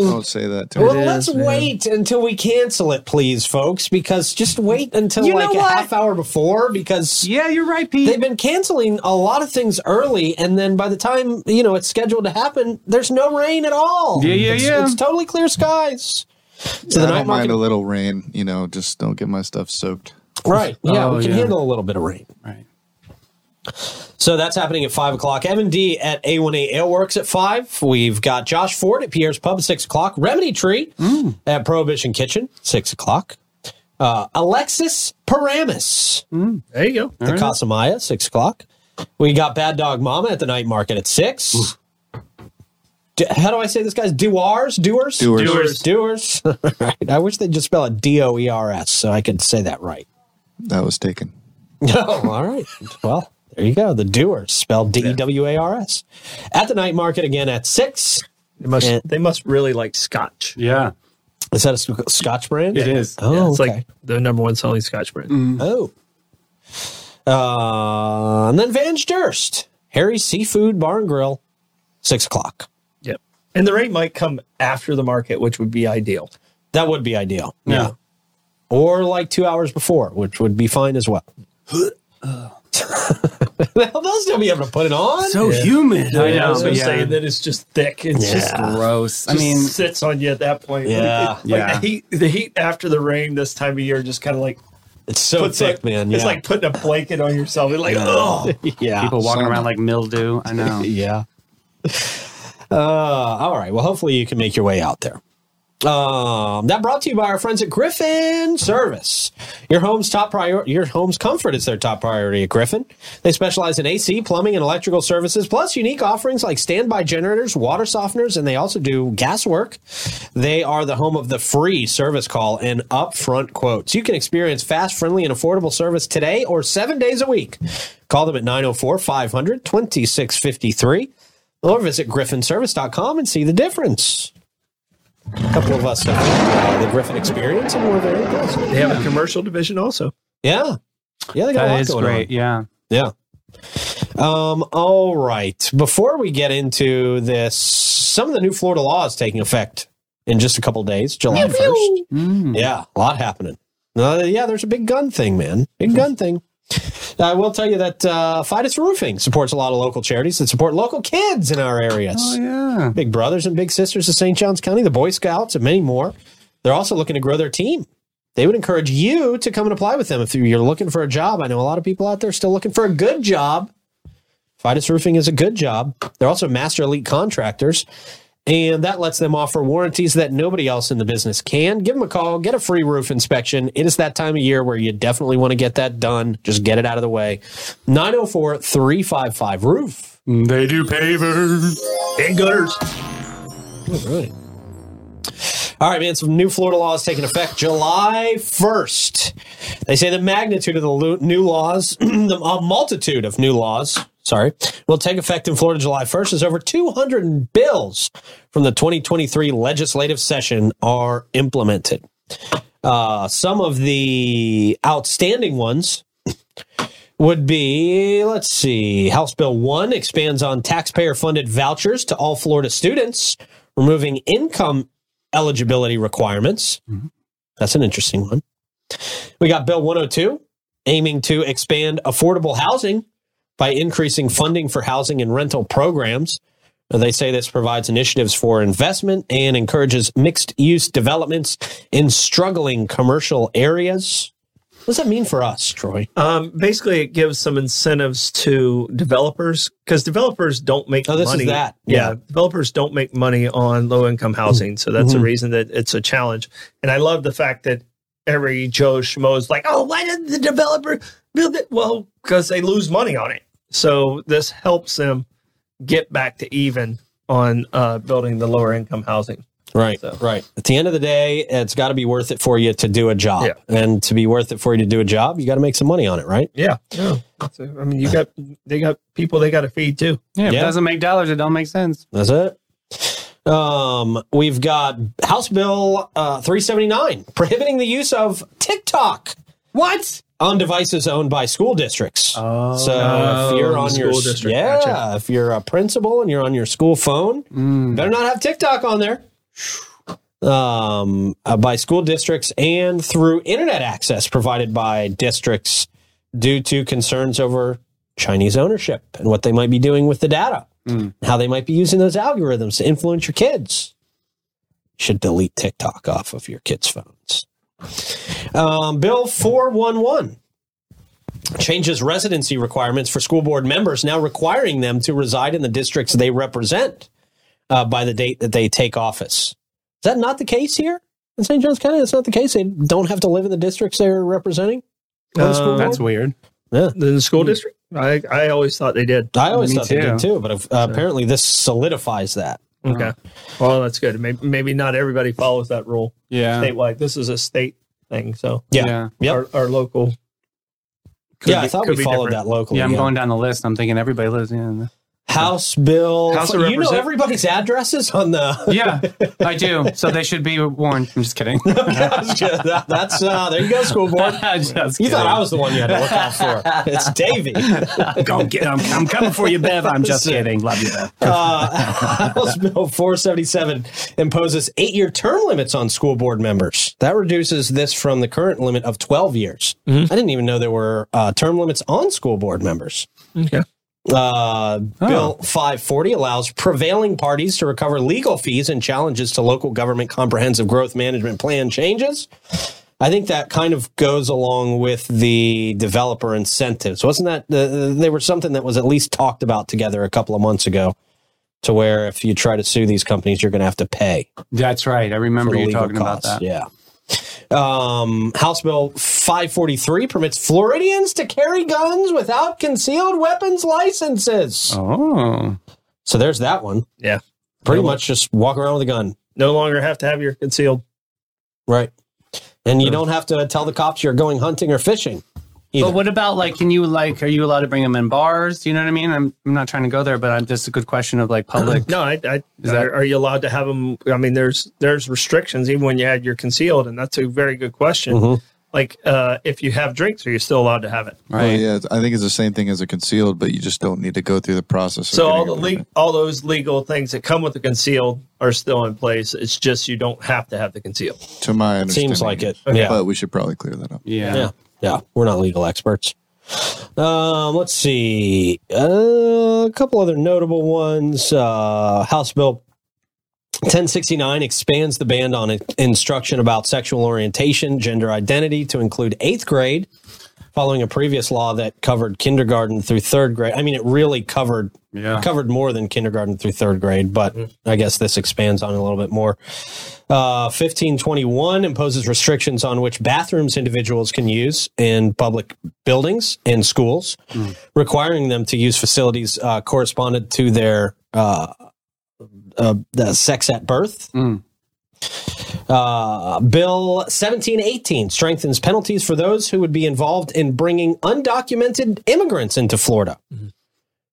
D: Don't say that to
A: Well,
D: me.
A: let's
C: is, man.
A: wait until we cancel it, please, folks, because just wait until
B: You know
A: like a
B: what?
A: half hour before because
B: Yeah, you're right, Pete.
A: they've been canceling a lot of things early and then by the time you know it's scheduled to happen there's no rain at all
B: Yeah, yeah,
A: it's,
B: yeah.
A: it's totally clear skies so
D: I
A: the
D: don't
A: night
D: mind
A: market
D: a little rain, you know, just don't get my stuff soaked.
A: right yeah
B: Oh,
A: we can
B: yeah.
A: handle a little bit of rain
B: right.
A: so that's happening at five o'clock m&d at a1a aleworks at five we've got josh ford at pierre's pub at six o'clock remedy tree at prohibition kitchen six o'clock uh, alexis paramus
C: there you go.
A: the Casamaya, six o'clock. We got Bad Dog Mama at the night market at six. D- how do I say this, guys? Doers, doers,
D: Doers.
C: Doers.
A: doers. [LAUGHS] right. I wish they'd just spell it D O E R S so I could say that right.
D: That was taken.
A: Oh, all right. Well, there you go. The doers spelled D E W A R S at the night market again at six.
C: They must
A: Yeah.
C: they must really like Scotch.
B: Yeah,
A: Is that a sc- Scotch brand?
B: it is.
A: Oh,
C: Yeah, it's
A: okay.
C: like the number one selling Scotch brand.
A: Oh. Uh, and then Vange Durst, Harry's Seafood Bar and Grill, six o'clock.
C: Yep. And the rain might come after the market, which would be ideal.
A: That would be ideal.
B: Yeah.
A: Or like two hours before, which would be fine as
B: [LAUGHS]
A: well. [LAUGHS] They'll still be able to put it on.
B: So humid. I
C: I
B: know.
C: was
B: but
C: going to
B: yeah.
C: say that it's just thick. It's
A: Yeah.
C: just,
A: Yeah.
B: gross. I
C: just
B: mean,
C: sits on you at that point.
A: Yeah.
C: Like,
B: Yeah.
C: The heat, the heat after the rain this time of year just kind of like
A: it's so
C: puts
A: thick,
C: a,
A: man.
C: It's
A: yeah.
C: like putting a blanket on yourself. It's like, oh,
A: yeah.
B: people walking
D: Some-
B: around like mildew.
A: [LAUGHS]
B: I know.
A: yeah. Uh, all right. Well, hopefully you can make your way out there. Um, that brought to you by our friends at Griffin Service. Your home's top priority, your home's comfort is their top priority at Griffin. They specialize in AC, plumbing, and electrical services, plus unique offerings like standby generators, water softeners, and they also do gas work. They are the home of the free service call and upfront quotes. You can experience fast, friendly, and affordable service today or seven days a week. Call them at 904 500 2653 or visit griffinservice.com and see the difference couple of us have uh, the Griffin experience, and we're very impressed.
C: they have a commercial division also.
A: Yeah, yeah, they got a
B: That
A: lot
B: is
A: going
B: great.
A: on.
B: Yeah.
A: Yeah. Um. All right. Before we get into this, some of the new Florida laws taking effect in just a couple days, July first.
B: Mm.
A: Yeah, a lot happening. Uh, yeah, there's a big gun thing, man.
B: Mm-hmm.
A: Big gun thing. I will tell you that uh, Fidus Roofing supports a lot of local charities that support local kids in our areas.
B: Oh yeah.
A: Big Brothers and Big Sisters of St. John's County, the Boy Scouts, and many more. They're also looking to grow their team. They would encourage you to come and apply with them if you're looking for a job. I know a lot of people out there still looking for a good job. Fidus Roofing is a good job. They're also master elite contractors, and that lets them offer warranties that nobody else in the business can. Give them a call, get a free roof inspection. It is that time of year where you definitely want to get that done. Just get it out of the way. 904 355 Roof.
B: They do pavers.
C: And gutters.
A: All right. All right, man. Some new Florida laws taking effect July 1st. They say the magnitude of the lo- new laws, [CLEARS THROAT] the, a multitude of new laws, sorry, will take effect in Florida July 1st as over 200 bills from the 2023 legislative session are implemented. Uh, some of the outstanding ones would be let's see house bill 1 expands on taxpayer funded vouchers to all florida students removing income eligibility requirements that's an interesting one we got bill 102 aiming to expand affordable housing by increasing funding for housing and rental programs they say this provides initiatives for investment and encourages mixed use developments in struggling commercial areas what does that mean for us troy
C: Um, basically, it gives some incentives to developers because developers don't make
A: Oh, this is
C: money.
A: that.
C: Yeah. Hmm.
A: Yeah.
C: developers don't make money on low income housing, so that's the reason that it's a challenge. And I love the fact that every Joe Schmo is like, "Oh, why did the developer build it?" Well, because they lose money on it. So this helps them get back to even on uh, building the lower income housing.
A: Right,
C: So-
A: right. At the end of the day, it's got to be worth it for you to do a job,
C: Yeah.
A: and to be worth it for you to do a job, you got to make some money on it, right?
C: Yeah, yeah. So, I mean, you got they got people they got to feed too.
B: Yeah, if
A: Yeah.
B: it doesn't make dollars, it don't make sense.
A: That's it. Um, we've got House Bill uh, 379 prohibiting the use of TikTok
B: What?
A: on devices owned by school districts.
B: Oh,
A: so Uh, if you're on your
C: Oh, school district,
A: yeah,
C: gotcha. Mm.
A: if you're a principal and you're on your school phone, better not have TikTok on there. Um, uh, by school districts and through internet access provided by districts due to concerns over Chinese ownership and what they might be doing with the data,
C: Mm.
A: how they might be using those algorithms to influence your kids. Should delete TikTok off of your kids' phones. Um, Bill 411 changes residency requirements for school board members, now requiring them to reside in the districts they represent uh, by the date that they take office. Is that not the case here in St. John's County? That's not the case. They don't have to live in the districts they're representing. on the school
C: Uh,
B: that's
A: board?
B: weird.
A: Yeah.
C: The school district? I I always thought they did.
A: I always
B: Me
A: thought they
B: too.
A: did too, but if, uh, apparently this solidifies that.
C: Okay. Uh-huh. Well, that's good. Maybe, maybe not everybody follows that rule
B: Yeah.
C: statewide. This is a state thing, so
A: Yeah. Yeah,
B: Yeah.
A: Yep.
C: our, our local. could
A: I
C: be-
A: thought
C: could
A: we
C: be
A: followed
C: different.
A: that locally.
B: Yeah, I'm
A: yeah.
B: going down the list. I'm thinking everybody lives in.
A: House Bill.
C: House
A: you
C: of
A: know
C: Represent-
A: everybody's addresses on
C: [LAUGHS]
A: the.
B: Yeah, I do. So they should be warned. I'm just [LAUGHS] kidding.
A: [LAUGHS] That's uh, there you go, school board. You thought I was the one you had to look out for. It's Davy.
B: Go get him. I'm coming for you, Bev. I'm [LAUGHS] just
A: Sick.
B: kidding. Love you, Bev.
A: Uh, [LAUGHS] House Bill 477 imposes eight year term limits on school board members. That reduces this from the current limit of 12 years. I didn't even know there were uh, term limits on school board members.
C: Okay.
A: Uh, Bill 540 allows prevailing parties to recover legal fees and challenges to local government comprehensive growth management plan changes. I think that kind of goes along with the developer incentives. Wasn't that uh, they were something that was at least talked about together a couple of months ago to where if you try to sue these companies, you're going to have to pay
B: That's right. I remember you
A: legal
B: talking about
A: costs.
B: that.
A: Yeah. Um, House Bill 543 permits Floridians to carry guns without concealed weapons licenses.
B: Oh,
A: So there's that one.
C: Yeah.
A: Pretty
C: Yeah.
A: much just walk around with a gun.
C: No longer have to have your concealed.
A: Right. And you don't have to tell the cops you're going hunting or fishing. Either.
B: but what about like? Can you like? Are you allowed to bring them in bars? You know what I mean? I'm, I'm not trying to go there, but I'm just a good question of like [LAUGHS] public.
C: No, I. I
B: that-
C: are, are you allowed to have them? I mean, there's there's restrictions even when you had your concealed, and that's a very good question.
A: Mm-hmm.
C: Like, uh, if you have drinks, are you still allowed to have it?
D: Oh,
B: Right.
D: yeah, I think it's the same thing as a concealed, but you just don't need to go through the process. of
C: So all the
D: getting a
C: le-
D: permit.
C: all those legal things that come with the concealed are still in place. It's just you don't have to have the concealed.
D: to my understanding,
A: Seems like it.
C: Okay.
A: Yeah.
D: But we should probably clear that up.
B: Yeah.
A: Yeah. Yeah. We're not legal experts. Um, let's see. Uh, a couple other notable ones. Uh, House Bill 1069 expands the ban on instruction about sexual orientation, gender identity to include eighth grade, following a previous law that covered kindergarten through third grade. I mean, it really covered
B: Yeah.
A: covered more than kindergarten through third grade, but I guess this expands on it a little bit more. Uh, 1521 imposes restrictions on which bathrooms individuals can use in public buildings and schools, requiring them to use facilities uh, corresponded to their uh, uh, the sex at birth.
B: Mm.
A: Uh, Bill 1718 strengthens penalties for those who would be involved in bringing undocumented immigrants into Florida,
B: Mm-hmm.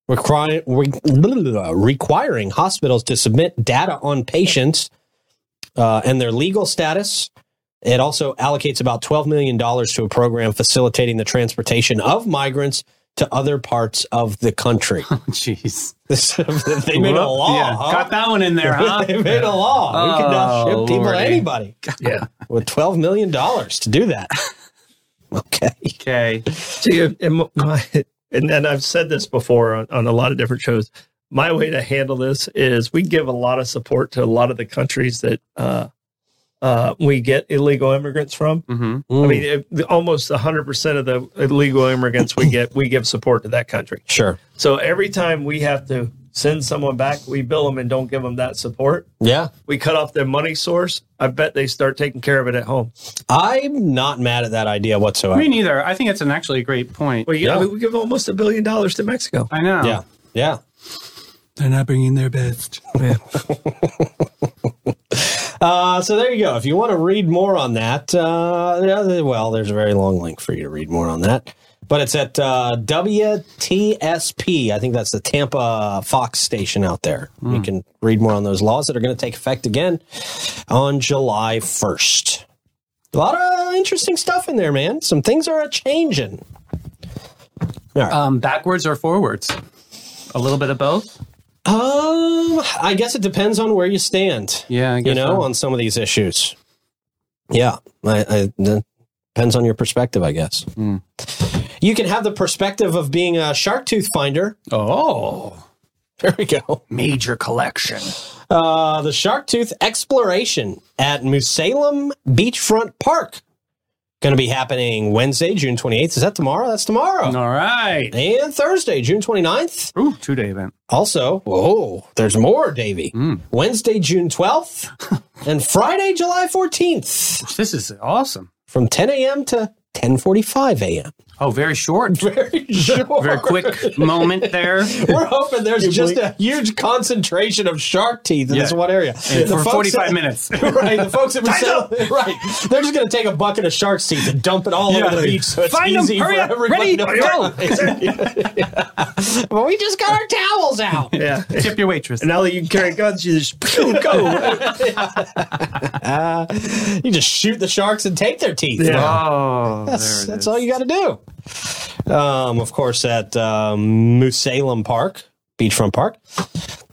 A: requiring, re- requiring hospitals to submit data on patients uh, and their legal status. It also allocates about $12 million to a program facilitating the transportation of migrants to other parts of the
B: [LAUGHS]
A: country. [LAUGHS]
B: Jeez.
A: This- they made a
B: Whoop.
A: law.
B: Yeah,
A: huh?
B: Got that one in [LAUGHS] there, huh?
A: they made a law. we can now
B: Oh,
A: ship people
B: Lordy. [LAUGHS]
A: anybody
C: Yeah.
A: with twelve million dollars to do that. okay.
B: okay.
C: See, if- [LAUGHS] and my, and, and I've said this before on, on a lot of different shows. My way to handle this is we give a lot of support to a lot of the countries that uh, uh, we get illegal immigrants from.
B: Mm-hmm.
C: I mean, if, the- almost 100% of the illegal immigrants we get, we give support to that country.
A: sure.
C: So every time we have to send someone back, we bill them and don't give them that support.
A: Yeah.
C: We cut off their money source. I bet they start taking care of it at home.
A: I'm not mad at that idea whatsoever.
B: Me neither. I think it's an actually great point.
C: Well, yeah,
A: Yeah.
C: I mean, we give almost a billion dollars to Mexico.
B: I know.
A: yeah. Yeah.
B: They're not bringing their [LAUGHS] best.
A: Uh, so there you go. If you want to read more on that, uh, yeah, well, there's a very long link for you to read more on that. But it's at uh, WTSP. I think that's the Tampa Fox station out there. You can read more on those laws that are going to take effect again on July 1st. A lot of interesting stuff in there, man. Some things are changing. All right.
B: Um, backwards or forwards? A little bit of both.
A: Um, I guess it depends on where you stand.
B: Yeah, I
A: you
B: guess
A: know,
B: so.
A: on some of these issues. Yeah, I, I, that depends on your perspective, I guess. You can have the perspective of being a shark tooth finder.
B: Oh,
A: [LAUGHS] There we go.
B: major collection.
A: Uh, the shark tooth exploration at Musalem Beachfront Park. Going to be happening Wednesday, June 28th. Is that tomorrow? That's tomorrow.
B: All right.
A: And Thursday, June 29th.
B: Ooh, two day event.
A: Also, whoa, there's more, Davey.
B: Mm.
A: Wednesday, June [LAUGHS] 12th and Friday, July 14th
B: This is awesome.
A: from 10 a.m. to 10.45 a.m.
B: Oh, very
A: [LAUGHS]
B: short.
A: Very short.
B: Very quick moment there.
A: We're hoping there's just a huge concentration of shark teeth in this
B: Yeah.
A: one area.
B: And for
A: folks
B: 45
A: that-
B: minutes.
A: [LAUGHS] Right, the folks at Marcel, [LAUGHS] right, they're just going to take a bucket of shark teeth and dump it all
B: Yeah.
A: over the beach, so it's
B: Find 'em,
A: easy
B: hurry
A: for
B: up,
A: everybody
B: ready, [LAUGHS]
A: to go. [LAUGHS] but we just got our towels out.
C: Yeah.
B: Tip your waitress.
C: and now that you can carry guns, you just go.
A: Uh, You just shoot the sharks and take their teeth.
C: Yeah.
B: Oh,
A: That's,
B: there it
A: that's
B: is.
A: all you got to do. Um, of course, at um, Musalem Park, Beachfront Park,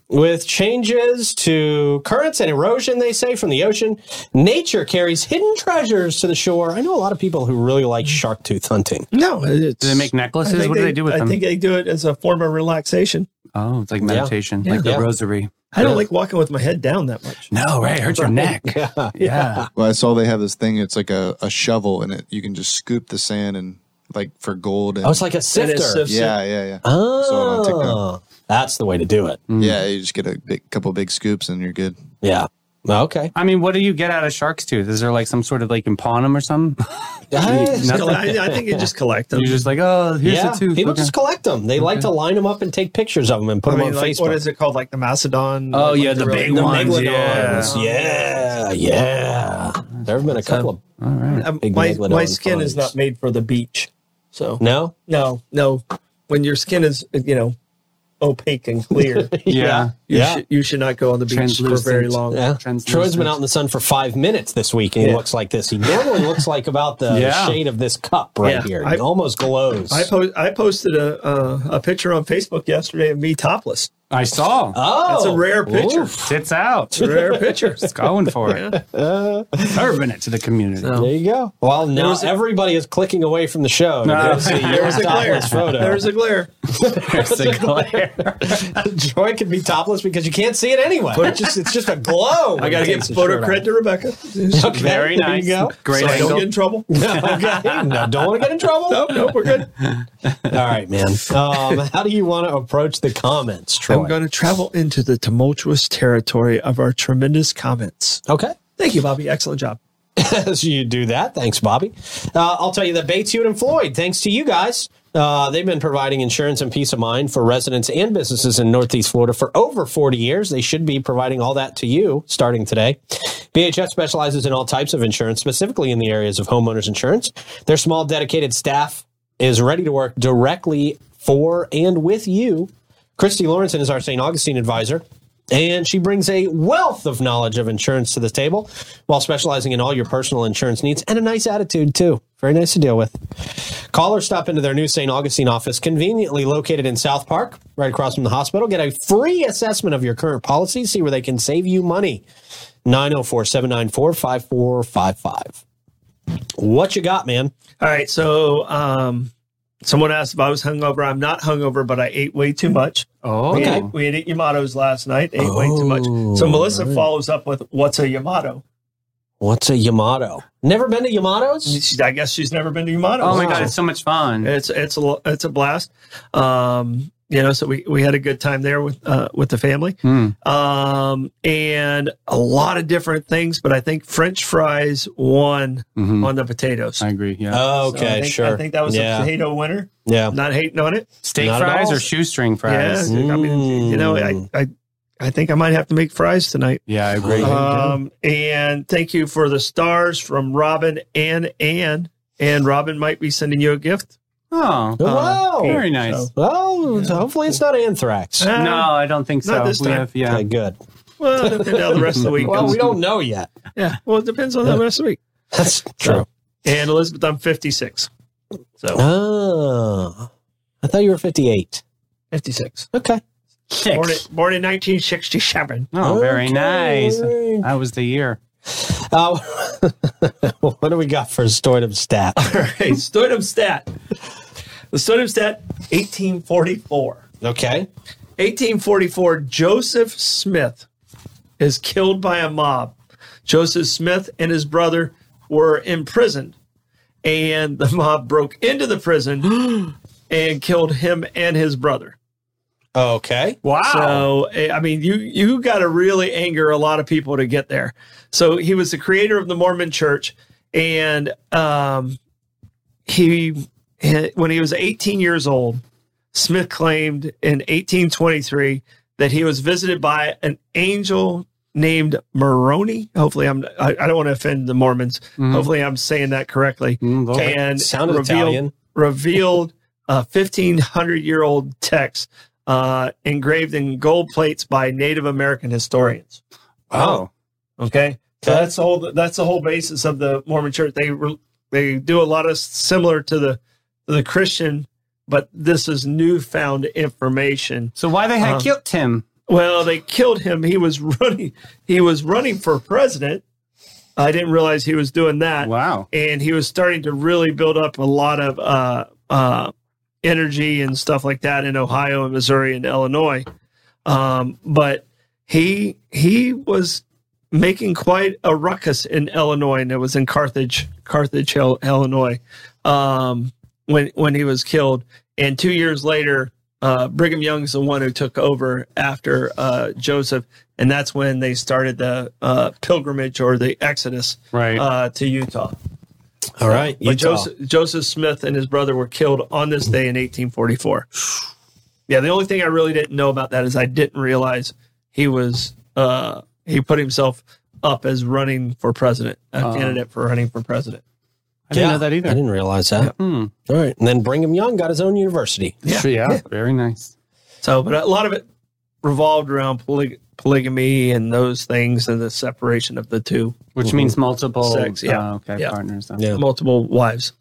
A: with changes to currents and erosion, they say, from the ocean, nature carries hidden treasures to the shore. I know a lot of people who really like shark tooth hunting.
C: [LAUGHS] No, it's,
B: Do they make
C: I
B: necklaces?
C: think
B: What do they do with
C: I
B: them?
C: think they do it as a form of relaxation.
B: oh, it's like meditation, like the
A: Yeah.
B: rosary.
C: I don't like walking with my head down that much.
B: No, right? Hurt your neck.
A: Yeah.
B: [LAUGHS] Yeah.
D: Well, I saw they have this thing. It's like a, a shovel, and it you can just scoop the sand and like for gold. And,
A: Oh, it's like a sifter.
C: sifter.
D: yeah, yeah, yeah. saw it on
A: Oh, Hmm.
D: TikTok.
A: that's the way to do it.
D: Yeah, you just get a big, couple big scoops and you're good.
A: Yeah. Okay.
B: I mean, what do you get out of shark's tooth? Is there like some sort of like you pawn 'em or something?
A: Yeah,
C: I, I think you just collect them.
B: You're just like, oh, here's the tooth.
A: people
B: Okay.
A: just collect them. They like to line them up and take pictures of them and put
C: I
A: them
C: mean,
A: on
C: like,
A: Facebook.
C: what is it called? Like the Macedon?
B: Oh,
C: like,
B: yeah,
C: like
B: the
C: real-
B: big ones,
C: megalodons.
B: yeah.
A: Yeah, yeah. There have been a couple of
B: All right.
C: Um,
A: Big
C: my my
A: megalodon
C: skin is
A: finds.
C: not made for the beach. So
A: no.
C: no, no. When your skin is you know opaque and clear, you,
B: [LAUGHS] Yeah.
A: Yeah.
C: should, you should not go on the beach for
B: Translucent.
C: very long.
A: Yeah.
B: Translucent.
A: Troy's been out in the sun for five minutes this week, and he
C: Yeah.
A: looks like this. He normally looks like about the
B: Yeah.
A: shade of this cup right
C: Yeah.
A: here. He
C: I-
A: almost glows.
C: I po- I posted a uh, a picture on Facebook yesterday of me topless.
B: I saw.
A: oh,
C: That's a rare picture.
A: Oof.
B: Tits out.
C: Rare
A: [LAUGHS]
C: picture.
B: It's going for it. Serving it to the community. [LAUGHS]
A: There you go. Well, now
C: was a-
A: everybody is clicking away from the show.
B: No.
A: They
C: [LAUGHS]
A: see your
C: There's a glare.
A: topless photo.
C: There's a glare.
B: There's
A: [LAUGHS]
B: the glare.
A: Troy could be topless because you can't see it anyway. [LAUGHS] It's just, it's just a glow.
C: I got to give photo credit to Rebecca.
B: [LAUGHS]
A: Okay,
B: Very
A: there you
B: nice.
A: go.
B: Great
C: so I don't
B: angle.
C: get in trouble. [LAUGHS]
A: okay. No, don't want to get in trouble.
C: No, no,
A: [LAUGHS]
C: we're good.
A: All right, man. Um, how do you want to approach the comments, Troy?
C: I'm going to travel into the tumultuous territory of our tremendous comments.
A: okay.
C: Thank you, Bobby. Excellent job.
A: [LAUGHS] as you do that. Thanks, Bobby. Uh, I'll tell you that Bates, Hewitt, and Floyd, thanks to you guys, uh, they've been providing insurance and peace of mind for residents and businesses in Northeast Florida for over 40 years. They should be providing all that to you starting today. BHF specializes in all types of insurance, specifically in the areas of homeowners insurance. Their small, dedicated staff is ready to work directly for and with you. Christy Lawrenson is our St. Augustine advisor, and she brings a wealth of knowledge of insurance to the table while specializing in all your personal insurance needs and a nice attitude, too. Very nice to deal with. Call or stop into their new St. Augustine office, conveniently located in South Park, right across from the hospital. Get a free assessment of your current policy, see where they can save you money. 904 794 5455. What you got, man?
C: All right. So um, someone asked if I was hungover. I'm not hungover, but I ate way too much.
B: Oh,
C: We ate- We had Yamatos last night. Ate way too much. So
A: Oh,
C: Melissa
A: alright.
C: follows up with, "What's a Yamato?"
A: What's a Yamato? Never been to Yamato's?
C: She, I guess she's never been to Yamato.
B: oh my
A: Wow.
B: god, it's so much fun.
C: It's it's a lo- it's a blast. Um, you know, so we, we had a good time there with uh, with the family,
B: Mm.
C: um, and a lot of different things. But I think French fries won
B: Mhm.
C: on the potatoes.
B: I agree. Yeah,
A: Oh,
C: So I
A: okay,
C: think,
A: sure.
C: I think that was
A: yeah.
C: a potato winner.
A: yeah.
C: Not hating on it.
B: steak
A: Not at
B: fries
A: all.
B: or shoestring fries.
C: Yeah, I mean, you know,
A: Mm.
C: I, I I think I might have to make fries tonight.
B: Yeah, I agree.
A: There you
C: Um, and thank you for the stars from Robin and Ann. And Robin might be sending you a gift.
B: oh,
A: Oh,
C: Uh,
A: wow.
B: very nice.
C: so-
A: Well, hopefully it's not anthrax.
C: Uh,
B: no, I don't think so.
C: Not this
B: We
C: time.
B: have, yeah,
A: Okay, good.
C: Well, it depends how the rest of the week
A: Well,
C: goes.
A: we don't know yet.
C: yeah. Well, it depends on the rest of the week.
A: That's
C: true. And Elizabeth, I'm 56. So
A: Oh, I thought you were 58.
C: 56.
A: Okay.
C: Born, in,
B: six.
C: born in 1967.
B: Oh, very
A: Okay.
B: nice. That was the year.
A: Uh, [LAUGHS] what do we got for a stoidum
B: [LAUGHS]
A: stat?
C: All right. Stoidemstat. The Stoidemstat, 1844.
A: Okay.
C: 1844, Joseph Smith is killed by a mob. Joseph Smith and his brother were imprisoned, and the mob broke into the prison and killed him and his brother.
A: Okay.
C: So, eh, I mean, you you got to really anger a lot of people to get there. So he was the creator of the Mormon Church, and um, he he- when he was 18 years old, Smith claimed in 1823 that he was visited by an angel named Moroni. Hopefully, I'm I, I don't want to offend the Mormons.
B: Hmm. mm-hmm.
C: Hopefully, I'm saying that correctly.
B: Mm, Lord.
C: And
A: Sounded
C: revealed-
A: Italian.
C: revealed a 1500 year old text uh, engraved in gold plates by Native American historians.
B: Oh,
C: Okay, so that's the whole that's the whole basis of the Mormon Church. They re, they do a lot of similar to the the Christian, but this is newfound information.
B: so why they had
C: Um,
B: killed him?
C: Well, they killed him. He was [LAUGHS] running. He was running for president. I didn't realize he was doing that
B: Wow.
C: and he was starting to really build up a lot of uh, uh, energy and stuff like that in Ohio and Missouri and Illinois. Um, but he he was making quite a ruckus in Illinois, and it was in Carthage, Carthage, Il- Illinois, um, when when he was killed. And two years later, uh, Brigham Young's the one who took over after uh, Joseph, and that's when they started the uh, pilgrimage or the Exodus
B: Right.
C: uh, to Utah.
A: All right.
C: But
A: Utah.
C: Joseph, Joseph Smith and his brother were killed on this day in 1844. [SIGHS] Yeah, the only thing I really didn't know about that is I didn't realize he was uh, he put himself up as running for president, a
B: Oh.
C: candidate for running for president.
B: I didn't
A: Yeah,
B: know that
A: I
B: either.
A: didn't realize that.
B: Hmm.
A: All right. And then Brigham Young got his own university.
C: Yeah.
B: Sure, yeah. Very nice.
C: So, but a lot of it revolved around poly- polygamy and those things and the separation of the two
B: Which means multiple
C: Sex, yeah.
B: oh, okay,
C: Yeah.
B: partners. then.
A: Mm-hmm. Yeah.
C: multiple wives.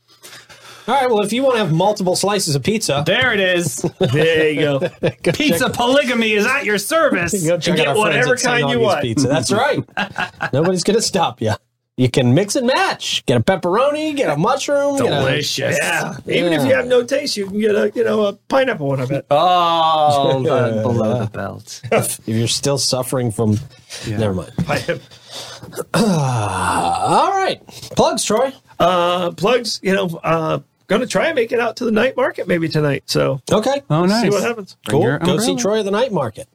A: All right. Well, if you want to have multiple slices of pizza,
B: There it
A: [LAUGHS]
B: is.
C: There you go.
A: go
B: Pizza polygamy is at your service.
A: Go check
C: Get
A: out our friends
C: whatever
A: at St.
C: kind you
A: Augie's
C: want.
A: Pizza. That's right. [LAUGHS] Nobody's going to stop you. You can mix and match. Get a pepperoni, get a mushroom. get a-
B: Delicious.
C: Yeah. Even if
A: Yeah.
C: you have no taste, you can get a you know a pineapple one of it.
B: Oh,
A: [LAUGHS]
B: the- below the belt. [LAUGHS]
A: if you're still suffering from.
B: Yeah.
A: Never mind. Ah,
C: Pine-
A: All right. Plugs, Troy.
C: uh, plugs, you know, uh, going to try and make it out to the night market maybe tonight. So
A: Okay.
B: Oh, nice.
C: see what happens.
B: Bring
A: Cool.
B: your
A: Go see
B: umbrella.
A: Troy at the night market.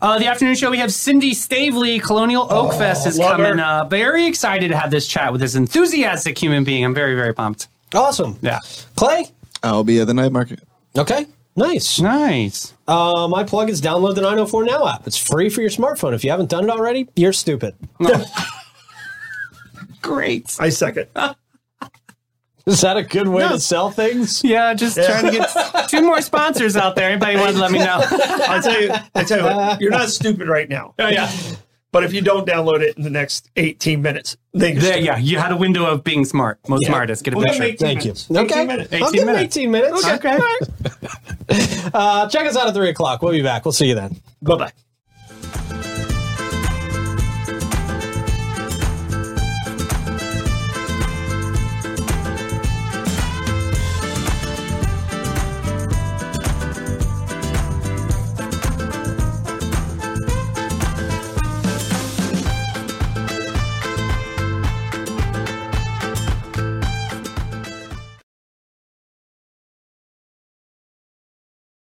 B: Uh, the afternoon show, we have Cindy Stavely. Colonial
A: Oh,
B: Oak Fest is
C: love
B: coming
C: her.
B: up. Very excited to have this chat with this enthusiastic human being. I'm very, very pumped.
A: Awesome.
B: Yeah.
A: Clay.
D: I'll be at the night market.
A: Okay. Nice.
B: Nice.
A: Uh, my plug is download the 904 Now app. It's free for your smartphone. If you haven't done it already, you're stupid.
B: Great.
C: I
B: [LAUGHS]
C: second.
A: Is that a good way to sell things?
B: Yeah, just trying to
A: [LAUGHS]
B: get two more sponsors out there. Anybody want to let me know?
C: [LAUGHS] I tell you, I tell you, what, you're not stupid right now.
B: Oh, yeah.
C: But if you don't download it in the next 18 minutes, then
B: There, yeah, you had a window of being smart. Most
A: Yeah.
B: smartest. Get a
C: We'll
B: picture.
C: make-
A: Thank you.
C: 18
A: okay.
C: minutes.
A: I'll
B: 18
A: give 'em
B: minutes.
A: 18 minutes.
B: Okay.
A: Uh, check us out at 3 o'clock. We'll be back. We'll see you then.
C: bye bye.